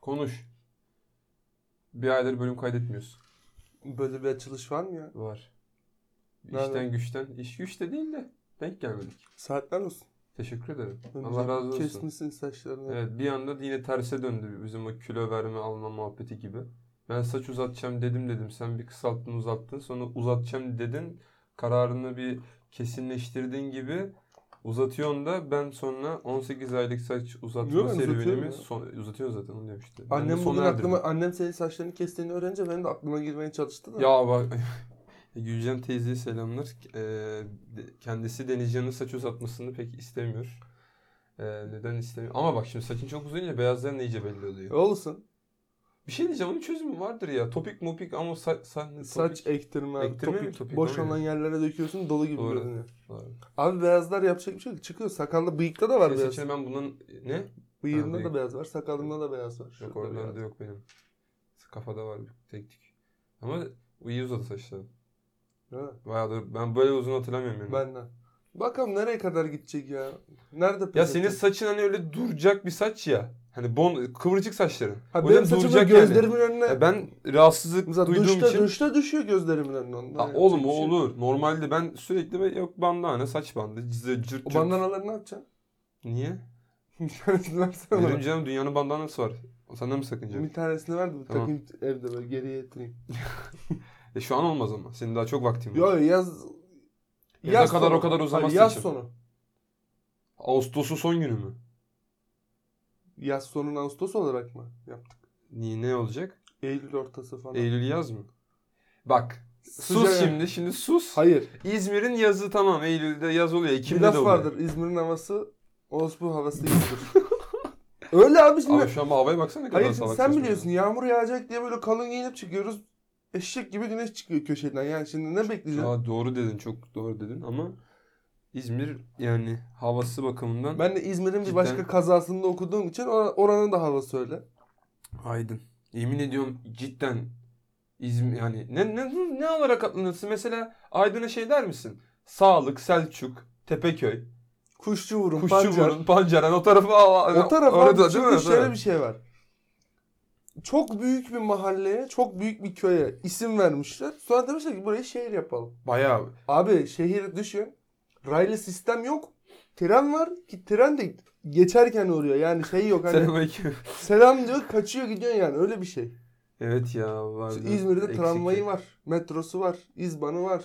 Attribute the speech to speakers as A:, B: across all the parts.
A: Konuş. Bir aydır bölüm kaydetmiyoruz.
B: Böyle bir açılış var mı ya?
A: Var.
B: Nerede?
A: İşten güçten. İş güç de değil de denk gelmedik.
B: Saatler olsun.
A: Teşekkür ederim.
B: Önce
A: Allah razı olsun.
B: Kesmişsin saçlarını.
A: Evet bir anda yine terse döndü bizim o kilo verme alma muhabbeti gibi. Ben saç uzatacağım dedim dedim. Sen bir kısalttın uzattın. Sonra uzatacağım dedin. Kararını bir kesinleştirdiğin gibi uzatıyorsun da ben sonra 18 aylık saç uzatma
B: Yo, ben uzatıyorum
A: serüvenimi
B: ya.
A: son, uzatıyor zaten onu demişti. Ben de
B: Annem
A: sona
B: bugün
A: erdirdim.
B: aklıma, annem senin saçlarını kestiğini öğrenince benim de aklıma girmeye çalıştı da.
A: Ya bak Gülcem teyzeye selamlar. Ee, de- kendisi Denizcan'ın saç uzatmasını pek istemiyor. Ee, neden istemiyor? Ama bak şimdi saçın çok uzayınca beyazların iyice belli oluyor.
B: E, Olsun.
A: Bir şey diyeceğim onun çözümü vardır ya. Topik mopik ama sa- sa- topik-
B: Saç ektirme,
A: Ektirme mi?
B: topik,
A: Topik,
B: boş
A: doğru.
B: olan yerlere döküyorsun dolu gibi
A: Doğru.
B: görünüyor.
A: var.
B: Abi beyazlar yapacak bir şey yok. Çıkıyor. Sakallı bıyıkta da var
A: Şey
B: beyaz.
A: saçını ben bundan ne?
B: Bıyığında
A: bıyık.
B: da beyaz var. Sakalında da beyaz var.
A: Yok
B: Şurada beyaz.
A: oralarda yok benim. Kafada var bir tek tik. Ama iyi uzadı saçlarım.
B: Ha,
A: Bayağı da ben böyle uzun hatırlamıyorum yani.
B: Benden. Bakalım nereye kadar gidecek ya? Nerede
A: Ya
B: pes
A: senin
B: edecek?
A: saçın hani öyle duracak bir saç ya. Hani bon kıvırcık saçların.
B: Ha,
A: O
B: benim
A: yüzden
B: saçım
A: duracak yani.
B: gözlerimin önüne
A: Ya E, ben rahatsızlık
B: Mesela
A: duyduğum
B: duşta,
A: için...
B: duşta düşüyor gözlerimin önünden.
A: Aa, oğlum
B: şey.
A: o olur. Normalde ben sürekli böyle yok bandana, saç bandı, cızı, cırt cırt.
B: O bandanaları ne yapacaksın?
A: Niye?
B: Bir tanesini versene
A: Benim
B: bana.
A: canım dünyanın bandanası var. Senden mi sakınca?
B: Bir tanesini ver de bir
A: Tamam.
B: takayım evde böyle geriye yatırayım.
A: E şu an olmaz ama. Senin daha çok vaktin var.
B: Yo yaz...
A: Ya ne kadar o kadar uzamaz
B: Hayır, Yaz
A: saçım.
B: sonu.
A: Ağustos'un son günü mü?
B: Yaz sonunu Ağustos olarak mı yaptık?
A: Niye ne olacak?
B: Eylül ortası falan.
A: Eylül yaz mı? Bak.
B: Sıcak-
A: Sus şimdi. Şimdi sus.
B: Hayır.
A: İzmir'in yazı tamam. Eylül'de yaz oluyor.
B: Kim
A: Ekim'de
B: bir
A: de
B: laf
A: oluyor.
B: vardır. İzmir'in havası Osbu havası değildir. Öyle abi şimdi.
A: Abi şu an bu havaya baksana ne kadar
B: hayır şimdi
A: salak
B: sen
A: saçma
B: biliyorsun
A: ya.
B: yağmur yağacak diye böyle kalın giyinip çıkıyoruz. Eşek gibi güneş çıkıyor köşeden. Yani şimdi ne bekleyeceğim?
A: Aa, doğru dedin. Çok doğru dedin ama İzmir yani havası bakımından
B: Ben de İzmir'in bir
A: Cidden.
B: başka kazasında okuduğum için or- oranın da havası öyle.
A: aydın. Yemin ediyorum cidden İzmir yani ne ne ne olarak atlanırsın? Mesela Aydın'a şey der misin? Sağlık, Selçuk, Tepeköy.
B: Kuşçu vurun, pancar.
A: Kuşçuburun, Pancaren o tarafı o
B: O tarafa
A: orada değil
B: çünkü
A: mi?
B: şöyle bir şey var. Çok büyük bir mahalleye, çok büyük bir köye isim vermişler. Sonra demişler ki burayı şehir yapalım.
A: Bayağı
B: Abi şehir düşün. Raylı sistem yok. Tren var ki tren de geçerken oluyor. Yani şey yok hani
A: selamünaleyküm.
B: selam diyor kaçıyor gidiyor yani öyle bir şey.
A: Evet ya var.
B: İşte İzmir'de tramvayı var, metrosu var, izbanı var.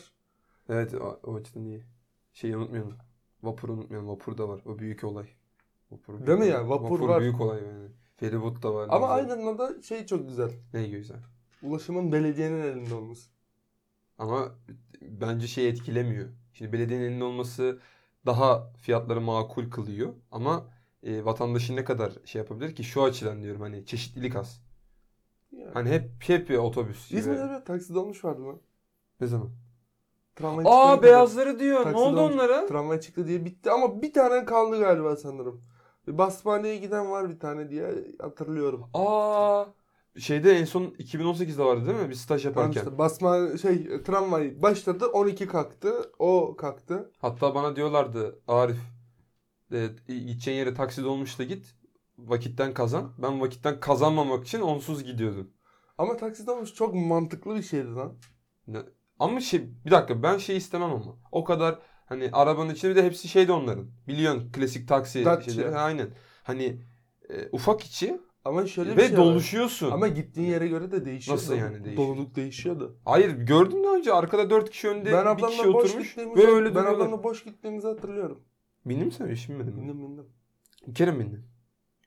A: Evet o, o açıdan iyi. Şeyi unutmayalım. Vapuru unutmayalım. Vapur da var. O büyük olay. Vapur büyük
B: Değil mi
A: olay.
B: ya? Vapur var.
A: büyük olay yani. Feribot da var. ne
B: Ama
A: güzel.
B: Aydın'da da şey çok güzel.
A: Ne güzel.
B: Ulaşımın belediyenin elinde olması.
A: Ama bence şey etkilemiyor. Şimdi belediyenin elinde olması daha fiyatları makul kılıyor. Ama e, vatandaşın ne kadar şey yapabilir ki? Şu açıdan diyorum hani çeşitlilik az.
B: Yani.
A: Hani hep hep bir otobüs. gibi.
B: İzmir'de bir taksi dolmuş vardı lan.
A: Ne zaman?
B: Tramvay çıktı
A: Aa
B: diye-
A: beyazları diyor. Ne
B: Taksi
A: oldu
B: dolmuş.
A: onlara?
B: Tramvay çıktı diye bitti ama bir tane kaldı galiba sanırım. Bir Basmaneye giden var bir tane diye hatırlıyorum.
A: Aa şeyde en son 2018'de vardı değil mi? Bir staj
B: Tamam
A: yaparken.
B: işte basma şey tramvay başladı 12 kalktı o kalktı.
A: Hatta bana diyorlardı Arif e, gideceğin yere taksi dolmuş da git. Vakitten kazan. Ben vakitten kazanmamak için onsuz gidiyordum.
B: Ama taksi dolmuş çok mantıklı bir şeydi lan.
A: Ama şey bir dakika ben şey istemem ama. O kadar hani arabanın içinde bir de hepsi şeydi onların. Biliyorsun klasik taksi
B: Datça.
A: şeyleri. Aynen. Hani e, ufak içi
B: Ama şöyle bir
A: ve
B: şey var.
A: doluşuyorsun.
B: Ama gittiğin yere göre de değişiyor.
A: Nasıl yani değişiyor?
B: Doluluk değişiyordu.
A: Hayır gördün daha önce arkada dört kişi önde
B: ben
A: bir kişi
B: ablamla boş
A: oturmuş.
B: gittiğimizi,
A: Böyle
B: ben
A: duruyorlar. Hmm.
B: ablamla boş gittiğimizi hatırlıyorum.
A: Bindin mi sen hiç binmedin mi?
B: Bindim bindim.
A: Bir kere mi bindin?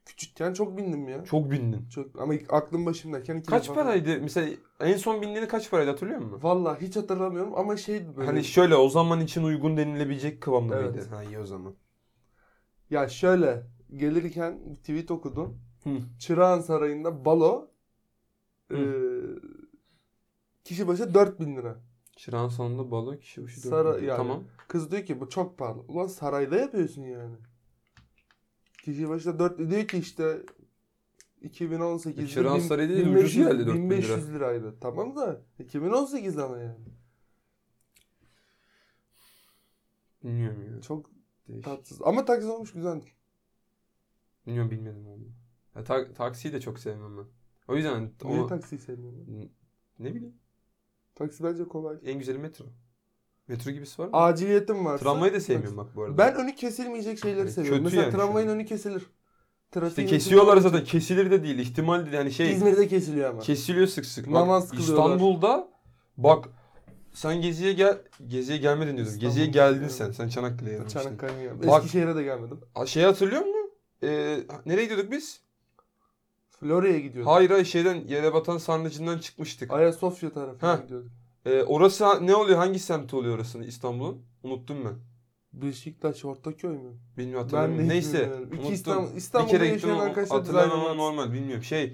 B: Küçükken çok bindim ya.
A: Çok bindin.
B: Çok, ama aklım başımdayken. iki
A: Kaç
B: defa-
A: paraydı? Mesela en son bindiğini kaç paraydı hatırlıyor musun?
B: Vallahi hiç hatırlamıyorum ama şeydi böyle.
A: Hani şöyle o zaman için uygun denilebilecek kıvamda
B: Evet.
A: mıydı? Ha iyi o zaman.
B: Ya şöyle gelirken bir tweet okudum.
A: Hı.
B: Çırağan Sarayı'nda balo
A: Hı.
B: eee, kişi başı 4000 lira.
A: Çırağan salonunda balo kişi başı şey dört
B: Sara-
A: bin.
B: yani.
A: Tamam.
B: Kız diyor ki bu çok pahalı. Ulan sarayda yapıyorsun yani. Kişi başına 4 diyor ki işte 2018'de
A: Çırağan
B: bin-
A: Sarayı değil, ucuz geldi 4000 lira.
B: 1500 liraydı. Tamam da 2018 ama yani.
A: Bilmiyorum ya.
B: Çok
A: Değişik.
B: tatsız. Ama taksi olmuş güzel.
A: Bilmiyorum bilmedim onu. Ya, ta- taksiyi de çok sevmem ben. O yüzden hani
B: Niye
A: ona-
B: taksiyi sevmiyorsun?
A: N- ne bileyim
B: Taksi bence kolay.
A: en güzeli metro. Metro gibisi var mı?
B: Aciliyetim varsa.
A: Tramvayı da sevmiyorum bak bu arada.
B: Ben önü kesilmeyecek şeyleri
A: Yani
B: seviyorum.
A: kötü
B: Mesela
A: yani
B: tramvayın
A: şöyle.
B: önü kesilir.
A: İşte
B: Trafiğin
A: kesiyorlar
B: önü-
A: zaten. Kesilir de değil. ihtimal de yani şey.
B: İzmir'de kesiliyor ama.
A: Kesiliyor sık sık. Bak,
B: Namaz kılıyorlar.
A: İstanbul'da bak sen geziye gel geziye gelmedin diyordum. Geziye
B: İstanbul'da
A: geldin sen.
B: gidiyorum.
A: Sen Çanakkale'ye gelmiştin.
B: Çanakkale'ye geldim.
A: Bak-
B: Eskişehir'e de gelmedim.
A: Aa, Şeyi hatırlıyor musun? Ee, nereye gidiyorduk biz?
B: Florya'ya gidiyordum.
A: Hayır hayır şeyden Yerebatan sarnıcından çıkmıştık.
B: Ayasofya tarafına
A: Heh.
B: gidiyordum.
A: Ee, orası ha- ne oluyor? Hangi semti oluyor orasını İstanbul'un? Unuttum ben.
B: Beşiktaş, Ortaköy mü?
A: Bilmiyorum
B: Ben
A: hatırlamıyorum.
B: de hiç
A: Neyse.
B: bilmiyorum.
A: unuttum.
B: İki İstanbul,
A: bir
B: İstanbul'da
A: kere gittim
B: yaşayan
A: ama
B: arkadaşlar düzenlemez.
A: hatırlamama normal bilmiyorum. Şey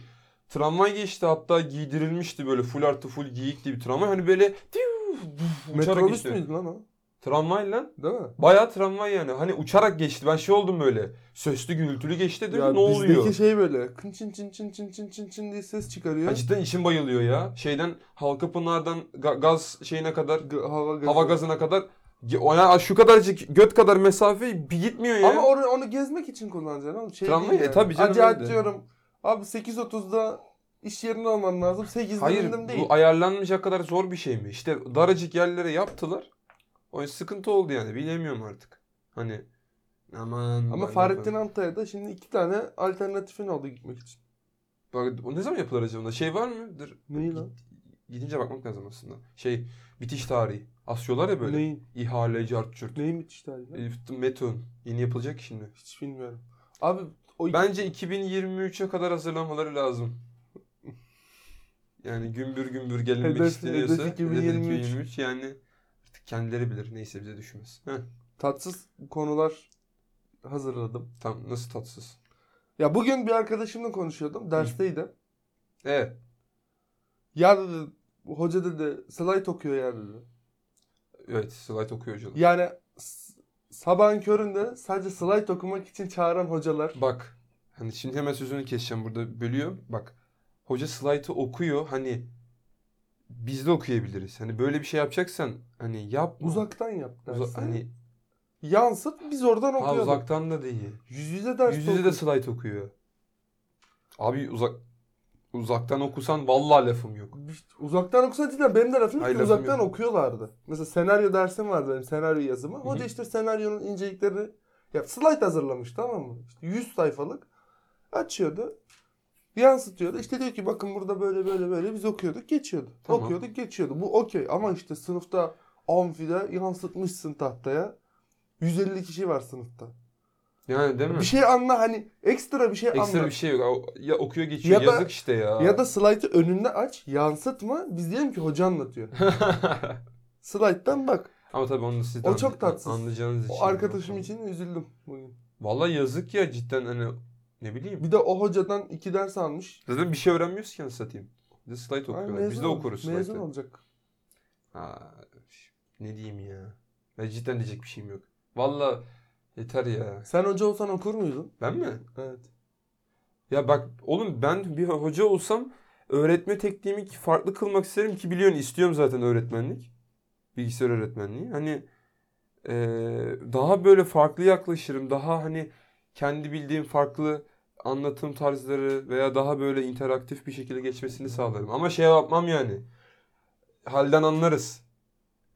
A: tramvay geçti hatta giydirilmişti böyle full artı full giyikli bir tramvay. Hani böyle tiu, uçarak
B: Metrobüs
A: geçti.
B: müydü lan o?
A: Tramvay lan.
B: Değil mi?
A: Bayağı tramvay yani. Hani uçarak geçti. Ben şey oldum böyle. Sesli gürültülü geçti dedim
B: Ya
A: ki ne oluyor?
B: Bizdeki şey böyle kın çın çın çın çın çın çın çın diye ses çıkarıyor.
A: Ha, cidden içim bayılıyor ya. Şeyden Halkapınar'dan ga- gaz şeyine kadar
B: G- hava gazı.
A: hava gazına kadı. kadar ona şu kadarcık göt kadar mesafe bir gitmiyor ya.
B: Ama onu, onu gezmek için kullanacaksın oğlum. Şey
A: Tramvay,
B: değil
A: e
B: yani.
A: tabii canım,
B: Acı
A: öyle de.
B: atıyorum. Abi 8.30'da iş yerinde olman lazım. 8'de
A: Hayır
B: indim değil.
A: bu ayarlanmayacak kadar zor bir şey mi? İşte daracık yerlere yaptılar. O sıkıntı oldu yani bilemiyorum artık. Hani aman. ben
B: Ama
A: yaparım.
B: Fahrettin Antalya'da şimdi iki tane alternatifin oldu gitmek için.
A: Bak, o ne zaman yapılır acaba? Şey var mı? Dur.
B: Neyi lan?
A: Gidince bakmak lazım aslında. Şey bitiş tarihi. Asıyorlar ya böyle.
B: Neyin?
A: İhale, cart, cürt.
B: Neyin bitiş tarihi? lan?
A: E, Metun. Yeni yapılacak şimdi.
B: Hiç bilmiyorum. Abi o iki-
A: Bence 2023'e kadar hazırlanmaları lazım. Yani gümbür gümbür gelinmek
B: Hedef-
A: isteniyorsa.
B: hedef
A: hedef
B: 2023.
A: 2023 yani artık kendileri bilir. Neyse bize düşmez. Heh.
B: tatsız konular hazırladım.
A: Tam nasıl tatsız.
B: Ya bugün bir arkadaşımla konuşuyordum. Dersteydi.
A: Evet.
B: Ya dedi hoca dedi slide okuyor ya dedi.
A: Evet slide okuyor hocalar.
B: Yani s- sabahın köründe sadece slide okumak için çağıran hocalar.
A: Bak. Hani şimdi hemen sözünü keseceğim burada bölüyorum. Bak. Hoca slaytı okuyor. Hani biz de okuyabiliriz. Hani böyle bir şey yapacaksan hani yap.
B: Uzaktan yap dersi.
A: hani
B: Yansıt biz oradan
A: ha,
B: okuyalım.
A: uzaktan da değil.
B: Yüz yüze ders
A: Yüz yüze de slide okuyor. Abi uzak uzaktan okusan vallahi lafım yok.
B: Uzaktan okusa cidden benim de lafım yok
A: Hayır,
B: ki
A: lafım
B: uzaktan
A: yok.
B: okuyorlardı. Mesela senaryo dersim vardı benim senaryo yazımı.
A: hı.
B: Hoca işte senaryonun inceliklerini ya slide hazırlamış tamam mı? İşte 100 sayfalık açıyordu. Yansıtıyordu. İşte diyor ki bakın burada böyle böyle böyle biz okuyorduk geçiyordu.
A: Tamam.
B: Okuyorduk geçiyordu. Bu okey ama işte sınıfta amfide yansıtmışsın tahtaya. 150 kişi var sınıfta.
A: Yani değil mi?
B: Bir şey anla hani ekstra bir şey
A: Ekstra
B: anla.
A: bir şey yok. Ya okuyor geçiyor.
B: Ya da-
A: Yazık işte ya.
B: Ya da slaytı önünde aç, yansıtma. Biz diyelim ki hoca anlatıyor. Slayttan bak.
A: Ama tabii onu siz de
B: O çok
A: anla-
B: tatsız.
A: anlayacağınız için.
B: O arkadaşım
A: Bakalım.
B: için üzüldüm bugün.
A: Vallahi yazık ya cidden hani ne bileyim.
B: Bir de o hocadan iki ders almış.
A: Zaten bir şey öğrenmiyoruz ki anasını satayım. Bir de slide
B: Ay,
A: okuyorlar. Biz de
B: ol-
A: okuruz
B: Mezun
A: slide'ı.
B: olacak.
A: Ha, ne diyeyim ya. Ya cidden diyecek bir şeyim yok. Vallahi yeter ya.
B: Sen hoca olsan okur muydun?
A: Ben mi?
B: Evet.
A: Ya bak oğlum ben bir hoca olsam öğretme tekniğimi ki farklı kılmak isterim ki biliyorsun istiyorum zaten öğretmenlik. Bilgisayar öğretmenliği. Hani eee, daha böyle farklı yaklaşırım. Daha hani kendi bildiğim farklı anlatım tarzları veya daha böyle interaktif bir şekilde geçmesini sağlarım. Ama şey yapmam yani. Halden anlarız.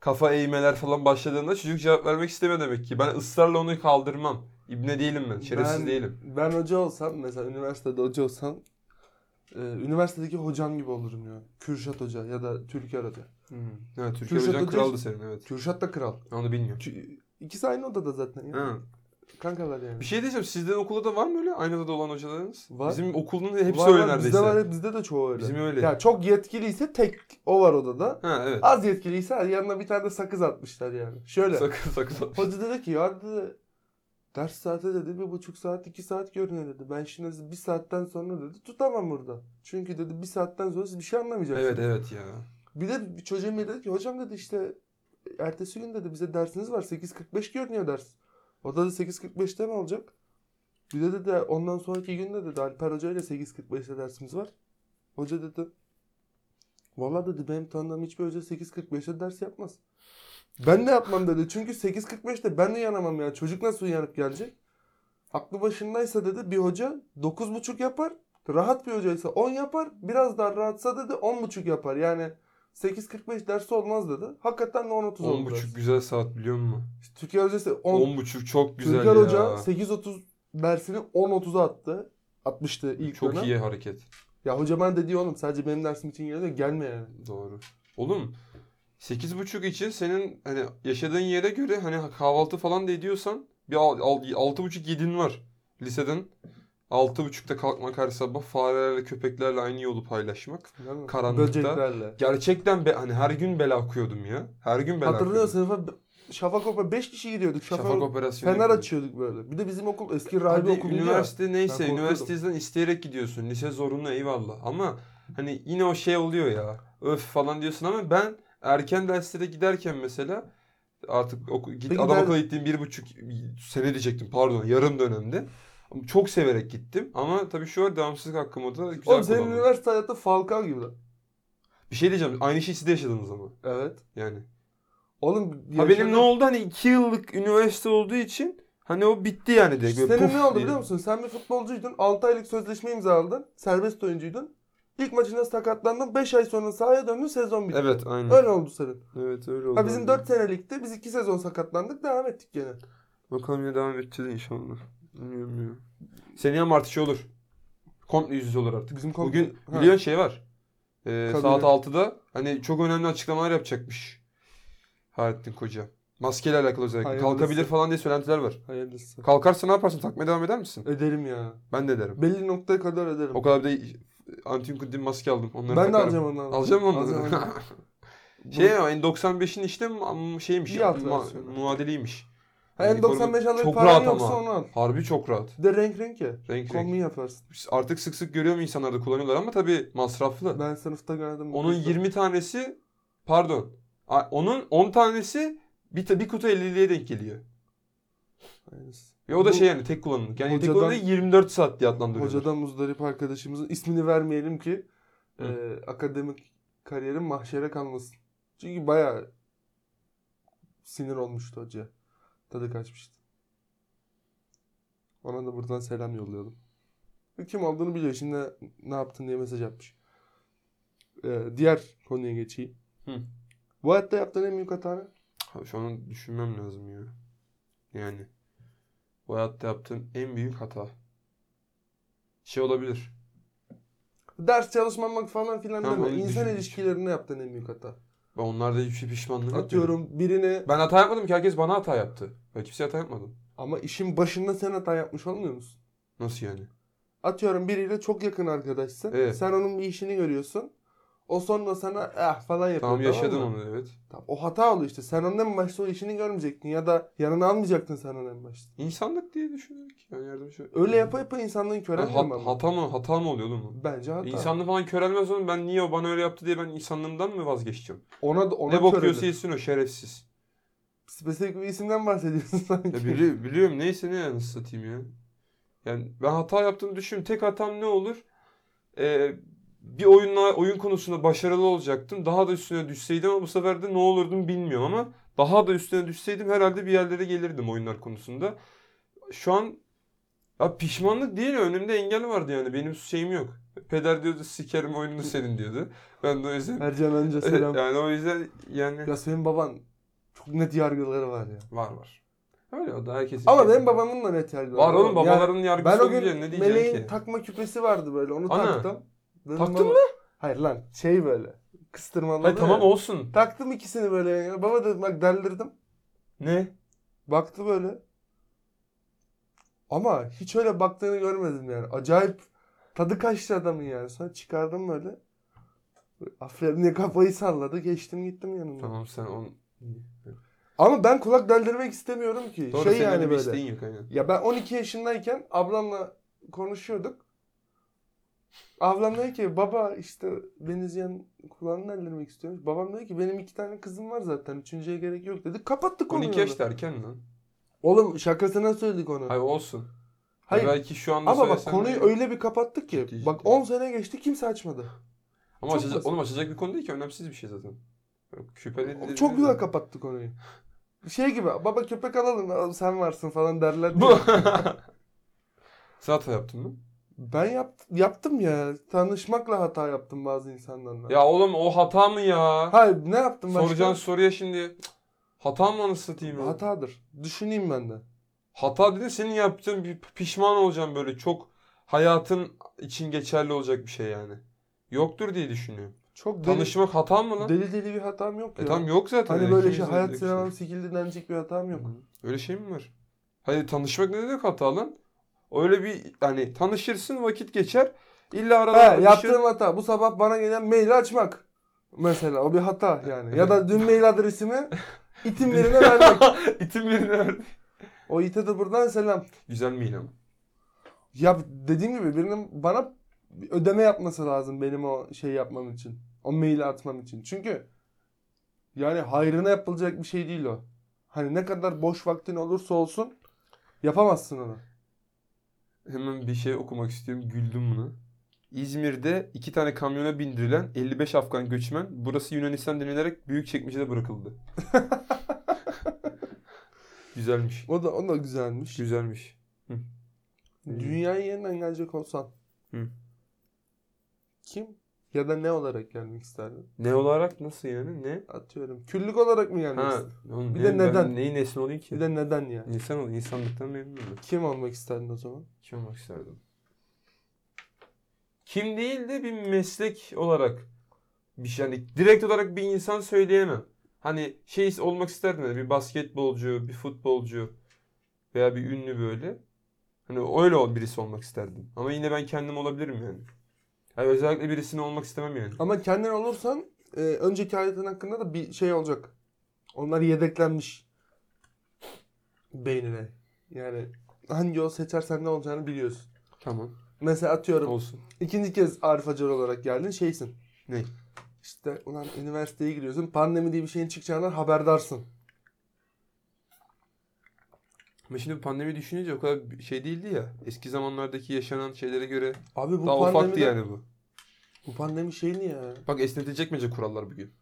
A: Kafa eğmeler falan başladığında çocuk cevap vermek istemiyor demek ki. Ben ısrarla onu kaldırmam. İbne değilim ben. Şerefsiz
B: Ben-
A: değilim.
B: Ben hoca olsam mesela üniversitede hoca olsam e, üniversitedeki hocam gibi olurum ya. Kürşat Hoca ya da Türker Hoca.
A: Ha, Türkiye
B: Kürşat
A: Hocan
B: Hoca-
A: kraldı senin evet.
B: Kürşat da kral.
A: Onu bilmiyorum.
B: Kü- İkisi aynı odada zaten ya.
A: Ha.
B: Kankalar yani.
A: Bir şey diyeceğim. Sizden okulda da var mı öyle aynı odada olan hocalarınız?
B: Var.
A: Bizim okulun şey- hepsi
B: Var var,
A: öyle neredeyse.
B: Bizde var bizde de çoğu öyle.
A: Bizim öyle.
B: Ya çok yetkiliyse tek o var odada.
A: Ha evet.
B: Az yetkiliyse yanına bir tane de sakız atmışlar yani. Şöyle.
A: Sakın sakın. sakın.
B: Hoca dedi ki ya dedi ders saati dedi bir buçuk saat iki saat görünüyor dedi. Ben şimdi sizi bir saatten sonra dedi tutamam burada. Çünkü dedi bir saatten sonra siz bir şey anlamayacaksınız.
A: Evet evet ya.
B: Bir de bir çocuğum dedi ki hocam dedi işte ertesi gün dedi bize dersiniz var 8.45 görünüyor ders. O da dedi 8.45'te mi olacak? Bir de dedi ondan sonraki gün de dedi Alper Hoca ile 8.45'te dersimiz var. Hoca dedi Valla dedi benim tanıdığım hiçbir hoca 8.45'te ders yapmaz. Ben de yapmam dedi. Çünkü 8.45'te ben uyanamam ya. Çocuk nasıl uyanıp gelecek? aklı başındaysa dedi bir hoca 9.5 yapar. Rahat bir hocaysa 10 yapar. Biraz daha rahatsa dedi 10.5 yapar. Yani 8.45 dersi olmaz dedi. Hakikaten de 10.30 oldu.
A: 10.30 güzel saat biliyor musun?
B: ders. Türkiye hocası 10,
A: 10.30 çok güzel
B: Türker
A: ya.
B: Hoca 8.30 dersini 10.30'a attı. Atmıştı ilk
A: çok
B: dönem.
A: iyi hareket.
B: Ya hoca ben de diyor oğlum sadece benim dersim için geliyor da gelme yani.
A: Doğru. Oğlum 8.30 için senin hani yaşadığın yere göre hani kahvaltı falan da ediyorsan bir al- al- 6.30 yedin var liseden. 6.30'da kalkmak her sabah farelerle köpeklerle aynı yolu paylaşmak.
B: Değil mi?
A: Karanlıkta.
B: Böceklerle.
A: Gerçekten be, hani her gün bela okuyordum ya. Her gün bela
B: Hatırlıyor
A: okuyordum.
B: musun? Sınıfa Şafak Opera 5 kişi gidiyorduk. Şafak,
A: Şafak operasyonu.
B: Fener
A: yapıyordum.
B: açıyorduk böyle. Bir de bizim okul eski
A: şey Hadi
B: rahibi okuluydu ya.
A: üniversite neyse
B: korkuyordum.
A: üniversiteden isteyerek gidiyorsun. Lise zorunlu eyvallah ama hani yine o şey oluyor ya. Öf falan diyorsun ama ben erken derslere giderken mesela artık oku, git,
B: Peki
A: adam
B: ben-
A: okula gittiğim bir buçuk sene diyecektim pardon yarım dönemde. Çok severek gittim ama tabii şu var devamsızlık hakkımı da güzel
B: Oğlum senin
A: kullandım.
B: üniversite hayatı Falcao gibi. lan.
A: Bir şey diyeceğim aynı şeyi siz de yaşadınız ama
B: Evet.
A: yani.
B: Oğlum
A: Ha benim ne oldu hani iki yıllık üniversite olduğu için hani o bitti yani direkt. Böyle
B: Senin
A: puf
B: ne oldu
A: diye.
B: biliyor musun? Sen bir futbolcuydun. 6 aylık sözleşme imzaladın. Serbest oyuncuydun. İlk maçında sakatlandın. 5 ay sonra sahaya döndün. Sezon bitti.
A: Evet aynen.
B: Öyle oldu senin.
A: Evet öyle oldu.
B: Ha bizim 4 senelikti. Biz 2 sezon sakatlandık. Devam ettik gene.
A: Bakalım yine devam edeceğiz inşallah. Bilmiyorum ya. Seneye ama artık şey olur. Komple yüz yüze olur artık.
B: Bizim komple-
A: Bugün
B: Ha.
A: biliyorsun şey var. Ee,
B: Kabine.
A: saat 6'da hani çok önemli açıklamalar yapacakmış. Hayrettin Koca. Maskeyle alakalı özellikle.
B: Hayırlısı.
A: Kalkabilir falan diye söylentiler var.
B: Hayırlısı.
A: Kalkarsa ne yaparsın? Takmaya devam eder misin?
B: Öderim ya.
A: Ben de ederim.
B: Belli noktaya kadar öderim.
A: O kadar bir de Antin Kuddim maske aldım. Onları
B: ben de
A: takarım.
B: alacağım ondan.
A: Alacağım mı
B: Alacağım,
A: onları.
B: alacağım.
A: şey ama N95'in işte ma- şeymiş.
B: Bir
A: ya,
B: alt
A: ma-
B: versiyonu.
A: muadeleymiş.
B: Ha,
A: Yani
B: N95 alır
A: Çok
B: paran
A: rahat
B: yoksa
A: ama.
B: onu al.
A: Harbi çok rahat.
B: Bir de renk renk ya.
A: Renk renk.
B: Kombin yaparsın.
A: artık sık sık görüyorum insanlarda kullanıyorlar ama tabii masraflı.
B: Ben sınıfta gördüm.
A: Onun 20 tanesi pardon. a- Onun 10 tanesi bir, ta- bir kutu 50'liğe denk geliyor.
B: Aynısı.
A: Ve o da
B: Bu-
A: şey yani tek kullanımlık. Yani tek
B: Hocadan-
A: kullanımlık 24 saat diye adlandırıyor.
B: Hocadan muzdarip arkadaşımızın ismini vermeyelim ki
A: Hı.
B: e, akademik kariyerin mahşere kalmasın. Çünkü bayağı sinir olmuştu hocaya. Tadı kaçmıştı. Ona da buradan selam yollayalım. E, Kim olduğunu biliyor. Şimdi ne yaptın diye mesaj atmış. E, diğer konuya geçeyim.
A: Hı.
B: Bu hayatta yaptığın en büyük hata ne?
A: Ha, Şu an düşünmem lazım ya. Yani. Bu hayatta yaptığım en büyük hata. Şey olabilir.
B: Ders çalışmamak falan filan
A: Tamam,
B: deme.
A: onu
B: İnsan
A: düşün.
B: ilişkilerinde yaptığın en büyük hata.
A: Ben onlarda hiçbir şey pişmanlık yapmadım.
B: Atıyorum birine
A: Ben hata yapmadım ki herkes bana hata yaptı. Ben kimseye hata yapmadım.
B: ama işin başında sen hata yapmış olmuyor musun?
A: Nasıl yani?
B: Atıyorum biriyle çok yakın arkadaşsın.
A: Evet.
B: Sen onun bir işini görüyorsun. O sonra sana eh falan yapıyor.
A: Tamam yaşadım
B: mı?
A: onu evet.
B: Tamam, o hata oluyor işte. Sen onun en başta o işini görmeyecektin ya da yanına almayacaktın sen onu en başta.
A: İnsanlık diye düşünerek yani yardımcı.
B: Öyle yapa yapa insanlığın
A: Ha,
B: körelmiyor
A: hat-
B: mu ama?
A: hata mı? Hata mı oluyor oğlum?
B: Bence hata.
A: İnsanlığı falan körelmez oğlum. Ben niye o bana öyle yaptı diye ben insanlığımdan mı vazgeçeceğim?
B: Ona da ona
A: ne bok
B: köreldi.
A: yiyorsa yesin o şerefsiz.
B: Spesifik bir isimden bahsediyorsun sanki.
A: Ya bili- biliyorum neyse ne yani satayım ya. Yani ben hata yaptığımı düşün. Tek hatam ne olur? Ee, bir oyunla oyun konusunda başarılı olacaktım. Daha da üstüne düşseydim ama bu sefer de ne olurdum bilmiyorum ama daha da üstüne düşseydim herhalde bir yerlere gelirdim oyunlar konusunda. Şu an ya pişmanlık değil önümde engel vardı yani benim şeyim yok. Peder diyordu sikerim oyununu senin diyordu. Ben de o yüzden
B: Ercan Anca selam.
A: Yani o yüzden yani
B: ya senin baban çok net yargıları var ya.
A: var var. Öyle o da herkes.
B: Ama benim babamın da net yargıları
A: var oğlum
B: Yani
A: babaların yargısı
B: Ben o
A: ben
B: gün
A: ne diyeceksin
B: meleğin
A: ki?
B: takma küpesi vardı böyle onu
A: Ana.
B: taktım. Dedim
A: Taktın
B: baba-
A: mı?
B: Hayır lan şey böyle kıstırmalı.
A: Hayır, tamam
B: ya.
A: olsun.
B: Taktım ikisini böyle yan yana. Baba dedim bak deldirdim.
A: Ne?
B: Baktı böyle. Ama hiç öyle baktığını görmedim yani. Acayip tadı kaçtı adamın yani. Sonra çıkardım böyle. Aferin diye kafayı salladı. Geçtim gittim yanından.
A: Tamam sen on.
B: Ama ben kulak deldirmek istemiyorum ki.
A: Doğru
B: şey
A: senin
B: yani
A: öyle bir
B: böyle.
A: isteğin yok aynen.
B: Ya ben 12 yaşındayken ablamla konuşuyorduk. Ablam dedi ki baba işte Denizcan kulağını ellemek istiyormuş. Babam dedi ki benim iki tane kızım var zaten. Üçüncüye gerek yok dedi. Kapattık konuyu.
A: 12
B: orada.
A: yaş da erken lan.
B: Oğlum şakasına söyledik onu. Hayır.
A: Hayır olsun. Belki şu anda
B: Ama bak
A: söylesen
B: konuyu
A: de-
B: öyle bir kapattık ki.
A: Ciddi,
B: Bak
A: ciddi.
B: 10 sene geçti kimse açmadı.
A: Ama
B: çok
A: açacak,
B: basit.
A: oğlum açacak bir konu değil ki önemsiz bir şey zaten. Küpeli
B: Çok güzel kapattık konuyu. Şey gibi baba köpek alalım "Oğlum sen varsın falan derler.
A: Bu. Sen hata yaptın mı?
B: Ben yapt- yaptım ya. Tanışmakla hata yaptım bazı insanlarla.
A: Ya oğlum o hata mı ya?
B: Hayır ne yaptım başka?
A: Soracağın soruya şimdi cık, hata mı anı satayım ya? Hata,
B: Hatadır. Düşüneyim ben de.
A: dedin senin yaptığın bir pişman olacaksın böyle çok hayatın için geçerli olacak bir şey yani. Yoktur diye düşünüyorum.
B: Çok deli,
A: Tanışmak hata mı lan?
B: deli deli bir hatam yok
A: E
B: ya.
A: tamam yok zaten.
B: Hani
A: Yani
B: böyle
A: ikimiz
B: şey
A: de
B: hayat
A: dedik
B: sinemam sikildi denecek bir hatam yok.
A: Öyle şey mi var? Hayır tanışmak ne demek hata lan? Öyle bir hani tanışırsın vakit geçer. İlla arada
B: He
A: bir şey-
B: yaptığım hata bu sabah bana gelen maili açmak. Mesela o bir hata yani. Ya da dün mail adresimi itim birine vermek.
A: İtim birine verdi.
B: O ite de buradan selam.
A: Güzel miydi ama?
B: Ya dediğim gibi birinin bana bir ödeme yapması lazım benim o şey yapmam için. O maili atmam için. Çünkü yani hayrına yapılacak bir şey değil o. Hani ne kadar boş vaktin olursa olsun yapamazsın onu.
A: Hemen bir şey okumak istiyorum. Güldüm buna. İzmir'de iki tane kamyona bindirilen 55 Afgan göçmen burası Yunanistan denilerek Büyükçekmece'de bırakıldı. Güzelmiş.
B: O da o da güzelmiş.
A: Güzelmiş.
B: Dünyayı yeniden gelecek olsan.
A: Hı.
B: Kim ya da ne olarak gelmek isterdin?
A: Ne olarak nasıl yani? Ne?
B: Atıyorum. Küllük olarak mı gelmek
A: Ha,
B: isterdin?
A: oğlum
B: Bir
A: ne-
B: de neden?
A: Ben neyin nesne olayım ki?
B: Bir de neden ya?
A: İnsan ol, insanlıktan memnunum. ben.
B: Kim olmak isterdin o zaman?
A: Kim olmak isterdim? Kim değil de bir meslek olarak bir şey hani direkt olarak bir insan söyleyemem. Hani şey olmak isterdim hani bir basketbolcu, bir futbolcu veya bir ünlü böyle. Hani öyle ol- birisi olmak isterdim. Ama yine ben kendim olabilirim yani. Yani özellikle birisini olmak istemem yani.
B: Ama kendin olursan e, önceki hayatın hakkında da bir şey olacak. Onlar yedeklenmiş beynine. Yani hangi yol seçersen ne olacağını biliyorsun.
A: Tamam.
B: Mesela atıyorum
A: Olsun.
B: ikinci kez Arif Acar olarak geldin şeysin.
A: Ne?
B: İşte ulan üniversiteye giriyorsun pandemi diye bir şeyin çıkacağından haberdarsın.
A: Ama şimdi pandemi düşününce o kadar bir şey değildi ya. Eski zamanlardaki yaşanan şeylere göre
B: Abi bu
A: daha ufaktı
B: pandemi
A: yani bu.
B: bu pandemi şey ne ya?
A: Bak esnetilecek mece kurallar bugün.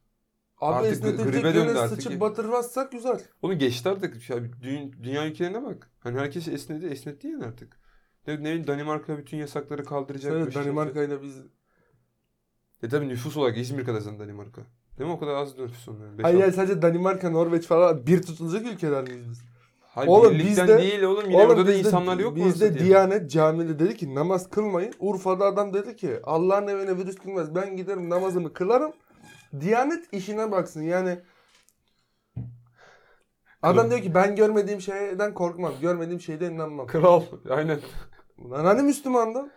B: Abi
A: Artık
B: esnetilecek
A: gribe döndü
B: yöne
A: artık
B: sıçıp
A: ya.
B: batırmazsak güzel.
A: Onu geçti artık. Ya dü- dünya ülkelerine bak. Hani herkes esnedi, esnetti yani artık. Ne, ne bileyim Danimarka bütün yasakları kaldıracak. şey
B: Evet Danimarka'yla biz...
A: E tabii nüfus olarak İzmir kadar zaten Danimarka. Değil mi o kadar az nüfus onun yani. Beş,
B: Hayır
A: altı-
B: yani sadece Danimarka, Norveç falan bir tutulacak ülkeler miyiz biz?
A: Hayır
B: Oğlum
A: birlikten
B: bizde-
A: değil oğlum. Yine orada da
B: bizde-
A: insanlar yok mu?
B: Bizde
A: anasını satayım?
B: Diyanet camide dedi ki namaz kılmayın. Urfa'da adam dedi ki Allah'ın evine virüs girmez. Ben giderim namazımı kılarım. Diyanet işine baksın. Yani adam
A: Kral.
B: diyor ki ben görmediğim şeyden korkmam. Görmediğim şeyde inanmam.
A: Kral. Aynen.
B: Ulan hani Müslümandı?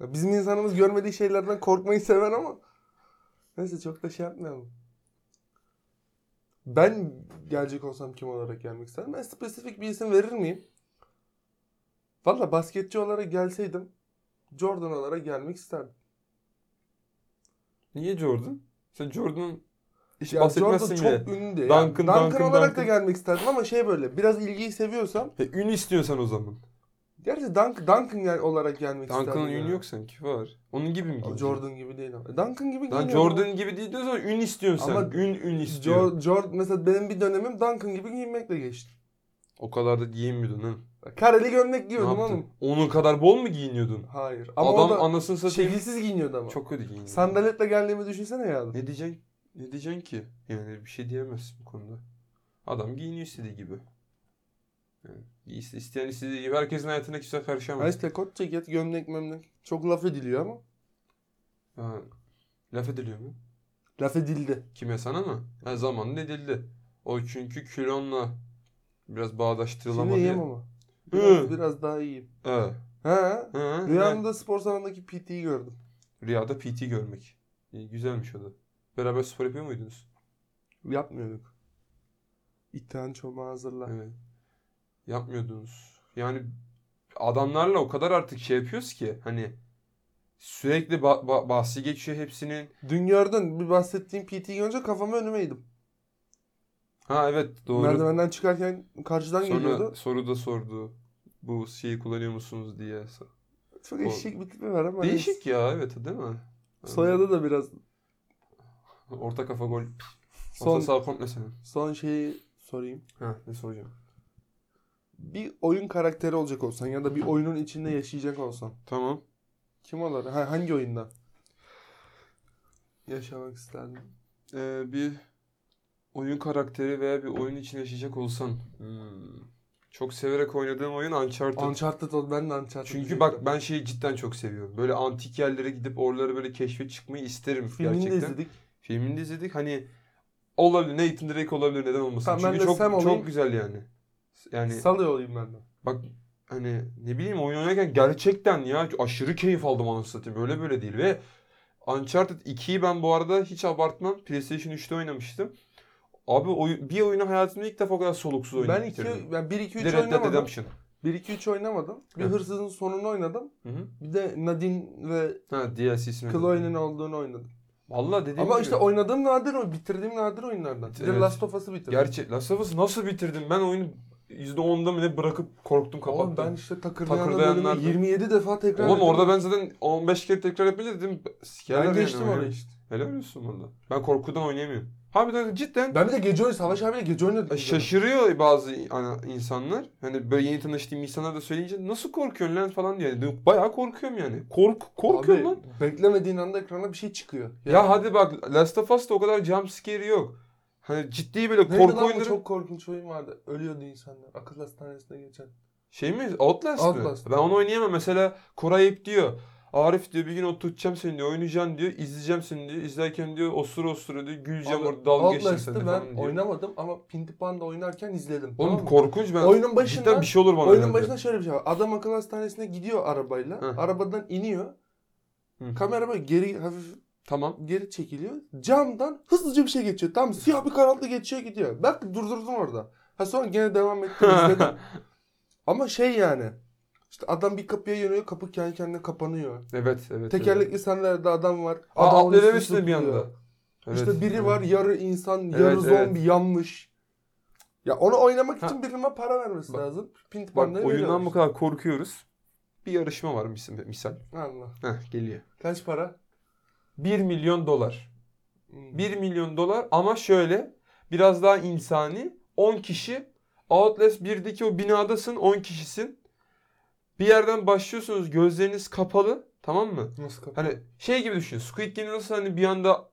B: Ya Bizim insanımız görmediği şeylerden korkmayı sever ama neyse çok da şey yapmayalım. Ben gelecek olsam kim olarak gelmek isterdim? Ben spesifik bir isim verir miyim? Valla basketçi olarak gelseydim Jordan olarak gelmek isterdim.
A: Niye Jordan? Sen Jordan hiç
B: Ya
A: bahsetmezsin
B: Jordan
A: bile.
B: çok ünlü diye.
A: Duncan,
B: Yani Duncan,
A: Duncan,
B: olarak da
A: Duncan.
B: gelmek isterdim ama şey böyle biraz ilgiyi seviyorsam.
A: E, ün istiyorsan o zaman.
B: Gerçi Duncan, Duncan gel- olarak gelmek isterdim.
A: Duncan'ın
B: ya.
A: ünü yok sanki. Var. Onun gibi mi?
B: Ama
A: giyeceksin?
B: Jordan gibi değil ama. E, Duncan gibi
A: Lan
B: giyiniyorum.
A: Jordan gibi değil diyorsan ün istiyorsun sen.
B: Ama
A: Ün ün istiyor.
B: Jor- Jor- mesela benim bir dönemim Duncan gibi giyinmekle geçti.
A: O kadar da giyinmiyordun ha.
B: Kareli gömlek
A: Ne
B: giyiyordum
A: yaptın?
B: oğlum.
A: Onun kadar bol mu giyiniyordun?
B: Hayır. Ama
A: Adam
B: o da
A: anasını satayım.
B: şekilsiz giyiniyordu ama.
A: Çok kötü giyiniyor.
B: Sandaletle geldiğimi düşünsene ya.
A: Ne diyeceksin? Ne diyeceksin ki? Yani bir şey diyemezsin bu konuda. Adam giyiniyor istediği gibi. Yani is- isteyen istediği gibi. Herkesin hayatına kimse
B: Ha
A: karışamaz.
B: işte kot ceket, gömlek memlek. Çok laf ediliyor ama.
A: Ha, laf ediliyor mu?
B: Laf edildi.
A: Kime sana mı? Ha, zamanında edildi. O çünkü kilonla biraz bağdaştırılamadı.
B: Şimdi
A: ya.
B: yiyem ama.
A: Hı.
B: Biraz, biraz daha iyiyim.
A: He.
B: Ha?
A: Hı hı.
B: Rüyamda spor salonundaki PT'yi gördüm.
A: Rüyada PT görmek. İyi, güzelmiş o da. Beraber spor yapıyor muydunuz?
B: Yapmıyorduk. İttihan çomağı hazırla.
A: Evet. Hani Yapmıyordunuz. Yani adamlarla o kadar artık şey yapıyoruz ki hani sürekli ba- ba- bahsi geçiyor hepsinin.
B: Dün gördün bir bahsettiğim PT'yi görünce kafamı önüme eğdim.
A: Ha evet doğru.
B: Merdivenden çıkarken karşıdan geliyordu.
A: Sonra soru da sordu. Bu şeyi kullanıyor musunuz diye.
B: Çok
A: O-
B: eşek bir tipi var ama. neyse.
A: Değişik ya evet değil mi?
B: Soyadı da biraz
A: Orta kafa gol. Son...
B: son
A: Orta saha komple senin.
B: son şeyi sorayım.
A: Ha ne soracağım?
B: bir oyun karakteri olacak olsan ya da bir oyunun içinde yaşayacak olsan.
A: Tamam.
B: Kim olur? Ha, hangi oyunda? Yaşamak isterdim.
A: Ee, bir oyun karakteri veya bir oyun için yaşayacak olsan. Hmm. Çok severek oynadığım oyun Uncharted.
B: Uncharted ol. Ben de Uncharted.
A: Çünkü
B: diyecektim.
A: bak ben şeyi cidden çok seviyorum. Böyle antik yerlere gidip oraları böyle keşfe çıkmayı isterim
B: Filmini
A: gerçekten. hani
B: de izledik.
A: Filmini de izledik. Hani olabilir. Nathan Drake olabilir. Neden olmasın?
B: Tamam, ben
A: Çünkü
B: de
A: çok
B: Sam
A: çok
B: olayım.
A: güzel yani. Yani
B: Salıyor olayım ben de.
A: bak hani ne bileyim oyun oynarken gerçekten ya aşırı keyif aldım anasını satayım. Böyle böyle değil ve Uncharted 2'yi ben bu arada hiç abartmam. PlayStation 3'te oynamıştım. Abi oy- bir oyunu hayatımda ilk defa o kadar soluksuz oynadım.
B: Ben 2 ben 1 2
A: Bir
B: 3
A: de Red Dead
B: oynamadım.
A: Redemption.
B: 1 2 3 oynamadım. Bir
A: Hı.
B: hırsızın sonunu oynadım.
A: Hı hı.
B: Bir de Nadine ve
A: Ha DLC'sini.
B: Chloe'nin olduğunu oynadım.
A: Vallahi dediğim
B: Ama
A: gibi.
B: işte oynadığım nadir o bitirdiğim nadir oyunlardan. Bir de
A: Evet.
B: Last of Us'ı bitirdim.
A: Gerçi Last of Us'ı nasıl bitirdim? Ben oyunu %10'da mı ne bırakıp korktum kapattım.
B: Oğlum ben işte takırdayanlar
A: Takırdayanlar-
B: bölümü 27 defa tekrar
A: Oğlum
B: ettim.
A: orada ben zaten 15 kere tekrar yapınca dedim sikerler
B: ben
A: yani
B: geçtim
A: oyunu.
B: orayı işte.
A: Helal olsun valla. Ben korkudan oynayamıyorum. Harbiden cidden
B: Ben bir de gece oynadım. Savaş abiyle gece oynadık.
A: şaşırıyor bazı ana- insanlar. Hani böyle yeni tanıştığım insanlar da söyleyince nasıl korkuyorsun lan falan diyor. Yani Bayağı korkuyorum yani. Kork korkuyorum
B: Abi,
A: lan.
B: Beklemediğin anda ekrana bir şey çıkıyor.
A: Ya, hadi bak Last of Us'ta o kadar jump scare yok. Hani ciddi böyle
B: Neydi
A: korku
B: lan bu
A: oyunları.
B: Çok korkunç oyun vardı. Ölüyordu insanlar. Akıl hastanesine geçen.
A: Şey mi? Outlast,
B: Outlast.
A: mı? Ben onu oynayamam. Mesela Koray hep diyor. Arif diyor bir gün oturtacağım seni diyor. Oynayacaksın diyor. izleyeceğim seni diyor. İzlerken diyor osur osur diyor. Güleceğim
B: Abi,
A: orada dalga geçeceğim
B: Outlast'ı
A: seni
B: ben
A: falan diyor.
B: oynamadım ama Pinti Panda oynarken izledim.
A: Oğlum
B: tamam mı?
A: korkunç ben.
B: Oyunun
A: cidden
B: başında-
A: bir şey olur bana.
B: Oyunun
A: herhalde.
B: başında şöyle bir şey var. Adam akıl hastanesine gidiyor arabayla.
A: Hı.
B: Arabadan iniyor.
A: Hı.
B: Kamera böyle geri hafif
A: Tamam.
B: geri çekiliyor. Camdan hızlıca bir şey geçiyor. Tam siyah bir karanlık geçiyor gidiyor. Ben durdurdum orada. Ha sonra gene devam ettim izledim. Ama şey yani. İşte adam bir kapıya yöneliyor. Kapı kendi kendine kapanıyor.
A: evet evet. evet.
B: Tekerlekli senelerde adam var.
A: Aa,
B: Adam onu
A: atlayabilirsin bir
B: sürüklüyor.
A: anda. Evet,
B: İşte biri
A: evet.
B: var yarı insan, yarı
A: Evet,
B: zombi yanmış. Ya onu oynamak
A: Ha.
B: için birine para vermesi
A: Bak-
B: lazım. Pint
A: Bak
B: bandayı
A: oyundan bu
B: veriyorlar.
A: kadar korkuyoruz. Bir yarışma var misal. misal.
B: Allah.
A: Heh, geliyor.
B: Kaç para?
A: 1 milyon dolar.
B: Hmm.
A: 1 milyon dolar ama şöyle biraz daha insani 10 kişi Outlast 1'deki o binadasın 10 kişisin. Bir yerden başlıyorsunuz gözleriniz kapalı tamam mı?
B: Nasıl kapı?
A: Hani şey gibi düşün Squid Game'i nasıl hani bir anda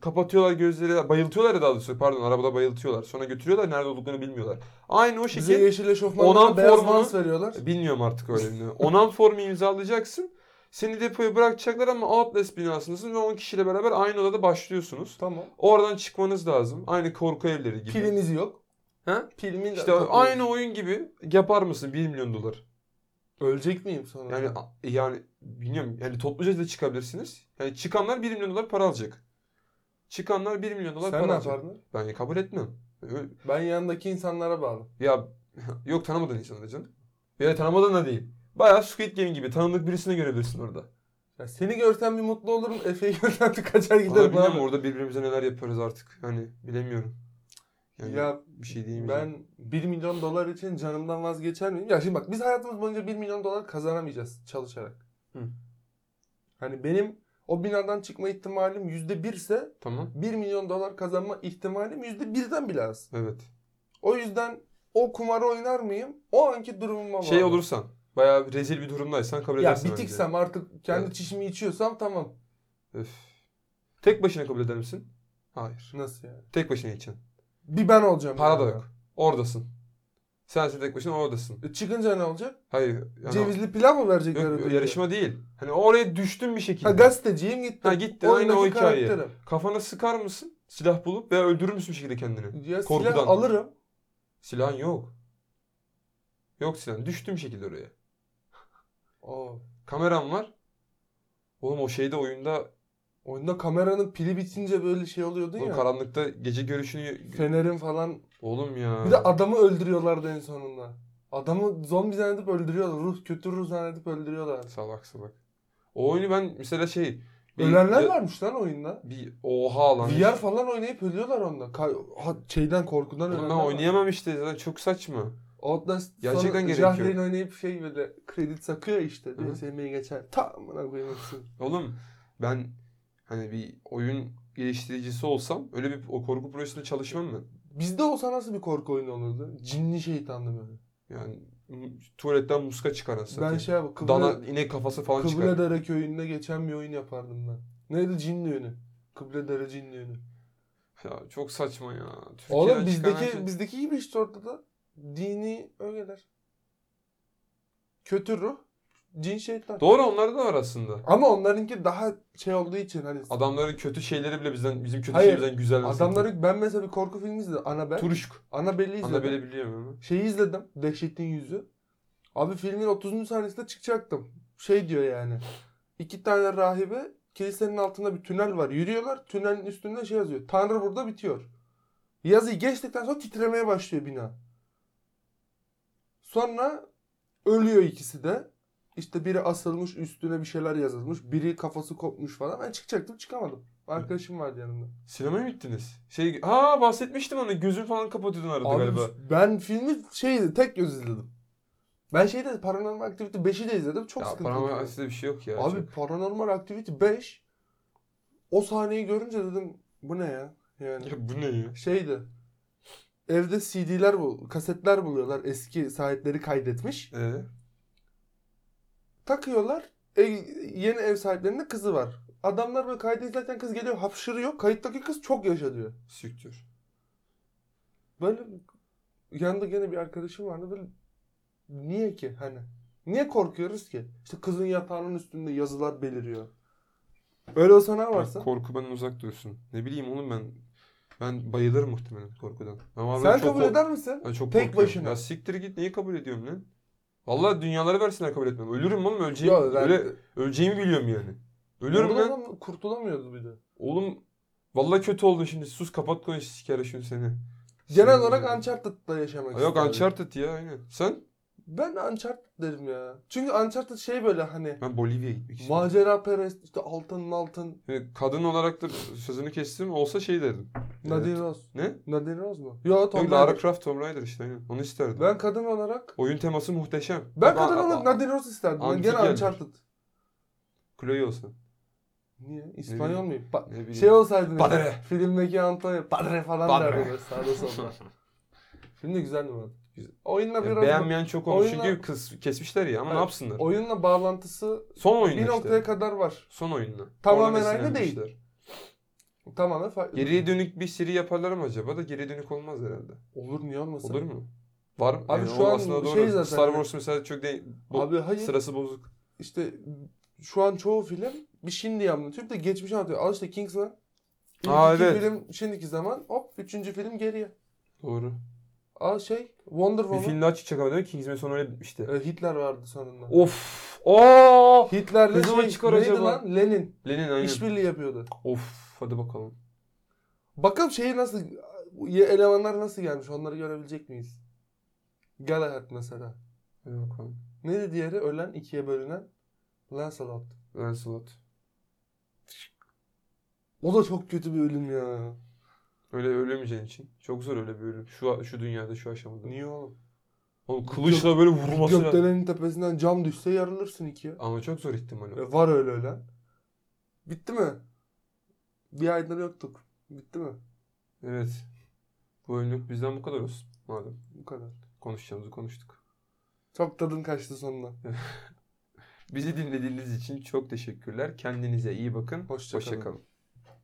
A: kapatıyorlar gözleri bayıltıyorlar ya daha doğrusu pardon arabada bayıltıyorlar sonra götürüyorlar nerede olduklarını bilmiyorlar. Aynı o
B: Bize
A: şekilde
B: yeşil eşofmanla
A: onan
B: beyaz
A: formunu-
B: mans veriyorlar.
A: bilmiyorum artık öyle bir Onan formu imzalayacaksın seni depoya bırakacaklar ama Outlast binasındasın ve 10 kişiyle beraber aynı odada başlıyorsunuz.
B: Tamam.
A: Oradan çıkmanız lazım. Aynı korku evleri gibi.
B: Pilimiz yok.
A: Ha?
B: Pilimin
A: İşte aynı oyun gibi yapar mısın 1 milyon dolar?
B: Ölecek miyim sonra?
A: Yani yani bilmiyorum yani topluca da çıkabilirsiniz. Yani çıkanlar 1 milyon dolar para alacak. Çıkanlar 1 milyon dolar
B: sen ne
A: para alacak.
B: yapardın?
A: Ben ya kabul etmem. Ö-
B: Ben yanındaki insanlara bağlı.
A: Ya yok tanımadığın insanlar canım. Ya tanımadığın da değil. Bayağı Squid Game gibi tanıdık birisini görebilirsin orada.
B: Ya seni görsem bir mutlu olurum. Efe'yi görsem de kaçar
A: Ama
B: giderim
A: bilmiyorum
B: abi.
A: orada birbirimize neler yaparız artık. Hani bilemiyorum. Yani
B: Ya
A: bir şey diyeyim.
B: Ben 1 milyon dolar için canımdan vazgeçer miyim? Ya şimdi bak biz hayatımız boyunca 1 milyon dolar kazanamayacağız çalışarak.
A: Hı.
B: Hani benim o binadan çıkma ihtimalim %1 ise
A: Tamam.
B: 1 milyon dolar kazanma ihtimalim %1'den bile az.
A: Evet.
B: O yüzden o kumarı oynar mıyım? O anki durumuma bağlı.
A: Şey olursan bayağı rezil bir durumdaysan kabul
B: Ya
A: edersin bence.
B: bitiksem artık kendi
A: Evet.
B: çişimi içiyorsam tamam.
A: Öf. Tek başına kabul eder misin? Hayır.
B: Nasıl yani?
A: Tek başına için.
B: Bir ben olacağım.
A: Para da
B: yani.
A: yok. Oradasın. Sensin tek başına oradasın.
B: E Çıkınca ne olacak?
A: Hayır. Yani
B: Cevizli pilav mı verecekler?
A: yok,
B: ödülü?
A: yarışma değil. Hani oraya düştün bir şekilde.
B: Ha gazeteciyim gittim.
A: Ha, gittin, aynı o
B: Oyundaki
A: hikaye.
B: karakterim.
A: Kafana sıkar mısın? Silah bulup veya öldürür müsün bir şekilde kendini?
B: Ya
A: Korkudan.
B: silah alırım.
A: Silahın yok. Yok silahın. Düştün bir şekilde oraya.
B: Oo.
A: Kameran var. Oğlum o şeyde oyunda
B: Oyunda kameranın pili bitince böyle şey oluyordun
A: oğlum
B: ya.
A: karanlıkta gece görüşünü...
B: Fenerin falan.
A: Oğlum ya.
B: Bir de adamı öldürüyorlardı en sonunda. Adamı zombi zannedip öldürüyorlar. Ruh kötü ruh zannedip öldürüyorlar.
A: Salak salak. O oyunu ben mesela şey... bir-
B: Ölenler
A: ya-
B: varmış lan oyunda.
A: Bir oha lan.
B: VR falan oynayıp ölüyorlar onda. Ka- ha- şeyden korkudan
A: Oğlum
B: ölenler
A: ben
B: var.
A: oynayamam işte zaten çok saçma.
B: Outlast
A: Gerçekten
B: sonra
A: gerek
B: Jahreyn
A: yok.
B: oynayıp şey böyle kredi sakıyor işte.
A: Hı.
B: DSM'ye geçer. Tam bana koyamazsın.
A: Oğlum ben hani bir oyun geliştiricisi olsam öyle bir o korku projesinde çalışmam mı?
B: Bizde olsa nasıl bir korku oyunu olurdu? Cinli şeytanlı böyle.
A: Yani m- tuvaletten muska çıkaran satayım.
B: Ben şey abi kıble,
A: Dana, inek kafası falan çıkar.
B: Kıbledere köyünde geçen bir oyun yapardım ben. Neydi Cinli yönü? Kıbledere Cinli yönü.
A: Ya çok saçma ya. Türkiye'den
B: Oğlum
A: çıkan
B: bizdeki
A: her şey-
B: bizdeki gibi işte ortada. Dini ögeler. Kötü ruh, cin şeytan.
A: Doğru onlarda da var aslında.
B: Ama onlarınki daha şey olduğu için hani
A: Adamların kötü şeyleri bile bizden bizim kötü
B: Hayır.
A: şeylerden güzel. mesela.
B: adamları ben mesela bir korku filmi izledim. Anabel.
A: Turuşk.
B: Anabel'i izledim.
A: Annabelle biliyor mu?
B: Şeyi izledim. Dehşetin Yüzü. Abi filmin 30. sahnesinde çıkacaktım. Şey diyor yani. İki tane rahibe kilisenin altında bir tünel var. Yürüyorlar. Tünelin üstünde şey yazıyor. Tanrı burada bitiyor. Yazıyı geçtikten sonra titremeye başlıyor bina. Sonra ölüyor ikisi de. İşte biri asılmış üstüne bir şeyler yazılmış. Biri kafası kopmuş falan. Ben çıkacaktım çıkamadım. Arkadaşım vardı yanımda.
A: Sinemaya mı gittiniz? Şey, ha bahsetmiştim onu. Gözün falan kapatıyordun arada
B: Abi
A: galiba.
B: ben filmi şeydi tek göz izledim. Ben şeyde Paranormal Activity 5'i de izledim. Çok
A: Ya
B: sıkıntı.
A: paranormal aslında bir şey yok ya.
B: Abi Paranormal Activity 5 o sahneyi görünce dedim bu ne ya? Yani
A: çok. Ya bu ne ya?
B: şeydi. Evde CD'ler bu, kasetler buluyorlar. Eski sahipleri kaydetmiş.
A: Ee,
B: Takıyorlar. E, yeni ev sahiplerinin de kızı var. Adamlar böyle kaydı izlerken kız geliyor hapşırıyor. Kayıttaki kız çok yaşa diyor.
A: siktir.
B: Böyle yanında gene bir arkadaşım vardı böyle niye ki hani niye korkuyoruz ki? İşte kızın yatağının üstünde yazılar beliriyor. Öyle olsa ne varsa?
A: Korku benden uzak dursun. Ne bileyim oğlum ben ben bayılırım muhtemelen korkudan. Ben var- ben
B: Sen
A: çok
B: kabul
A: kork-
B: eder misin?
A: Ben çok
B: Tek
A: korkuyorum.
B: başına.
A: Ya siktir git neyi kabul ediyorum lan? Vallahi dünyaları versinler kabul etmem. Ölürüm oğlum öleceğim.
B: Yok ben
A: Öyle, öleceğimi biliyorum yani. Ölürüm
B: Oradan
A: lan.
B: da kurtulamıyordu bir de.
A: Oğlum vallahi kötü oldun şimdi. Sus kapat konuş sikere şunu seni.
B: Genel
A: Seni-
B: olarak Uncharted'da yaşamak
A: Ha, Yok
B: isterdim.
A: Uncharted ya aynen. Sen?
B: Ben Uncharted derim ya. Çünkü Uncharted şey böyle hani
A: Ben Bolivya'ya gitmek istiyorum.
B: macera perest işte altın altın
A: Yani Hani Kadın olarak da sözünü kestim olsa şey derdim.
B: Nadine
A: Evet.
B: Rose.
A: Ne?
B: Nadine Rose mu? Yo Tom
A: Yok, Lara
B: Raider.
A: Croft Tomb Raider işte aynen. Onu isterdim.
B: Ben kadın olarak
A: Oyun teması muhteşem.
B: ben
A: Ama-
B: kadın olarak
A: a-
B: Nadine Rose isterdim. Ben
A: Antik
B: gene
A: gelmiş.
B: Uncharted.
A: Chloe olsa.
B: Niye? İspanyol
A: bileyim.
B: muyum? Pa-
A: Ne bileyim.
B: şey olsaydın
A: Padre.
B: mesela, filmdeki Antonio Padre falan
A: Padre.
B: derdi böyle sağda solda. Film de güzel numara.
A: Güzel.
B: Oyunla
A: Ya,
B: biraz
A: beğenmeyen çok olmuş.
B: Oyunla-
A: Çünkü kız kesmişler ya ama ne
B: Evet.
A: yapsınlar?
B: oyunla bağlantısı
A: Son
B: bir
A: oyunla işte.
B: noktaya kadar var.
A: Son oyunla.
B: Tamamen
A: Oradan
B: aynı değil.
A: esinlenmişler.
B: Tamamen farklı.
A: Geriye dönük bir seri yaparlar mı acaba da geriye dönük olmaz herhalde.
B: Olur niye olmasın?
A: Olur mu? Var mı?
B: Abi
A: Yani
B: şu
A: o
B: an
A: aslında
B: şey
A: doğru.
B: zaten
A: Star
B: hani-
A: Wars mesela çok değil. Bu
B: Abi hayır
A: sırası bozuk.
B: işte şu an çoğu film bir şimdi anlatıyor bir de geçmişi anlatıyor. Al işte Kingsman. İlk
A: Aa,
B: iki
A: evet.
B: film şimdiki zaman hop üçüncü film geriye.
A: Doğru.
B: Al şey Wonder
A: Bir
B: Woman.
A: film daha çıkacak ama değil mi? Kingsman sonu öyle bitmişti.
B: Ee, Hitler vardı sonunda.
A: Of. Aa!
B: Hitler'le
A: Ne zaman
B: şey
A: çıkar
B: neydi
A: acaba?
B: lan Lenin
A: Lenin aynen.
B: işbirliği yapıyordu.
A: Of. Hadi bakalım.
B: Bakalım şeyi nasıl bu ye- elemanlar nasıl gelmiş onları görebilecek miyiz? Galahad mesela.
A: Hadi bakalım.
B: Neydi diğeri? Ölen ikiye bölünen Lancelot.
A: Lancelot.
B: O da çok kötü bir ölüm ya.
A: Öyle ölemeyeceğin için. Çok zor öyle bir ölüm. Şu şu dünyada şu aşamada.
B: Niye oğlum?
A: Oğlum kılıçla böyle vurması lazım.
B: Gökdelenin tepesinden cam düşse yarılırsın ikiye.
A: Ama çok zor ihtimal o.
B: E, var öyle ölen. Bitti mi? Bir aydır yoktuk. Bitti mi?
A: Evet. Bu önlük bizden bu kadar olsun. Madem
B: Bu kadar.
A: konuşacağımızı konuştuk.
B: Çok tadın kaçtı sonuna.
A: Bizi dinlediğiniz için çok teşekkürler. Kendinize iyi bakın.
B: Hoşça kalın.
A: kalın.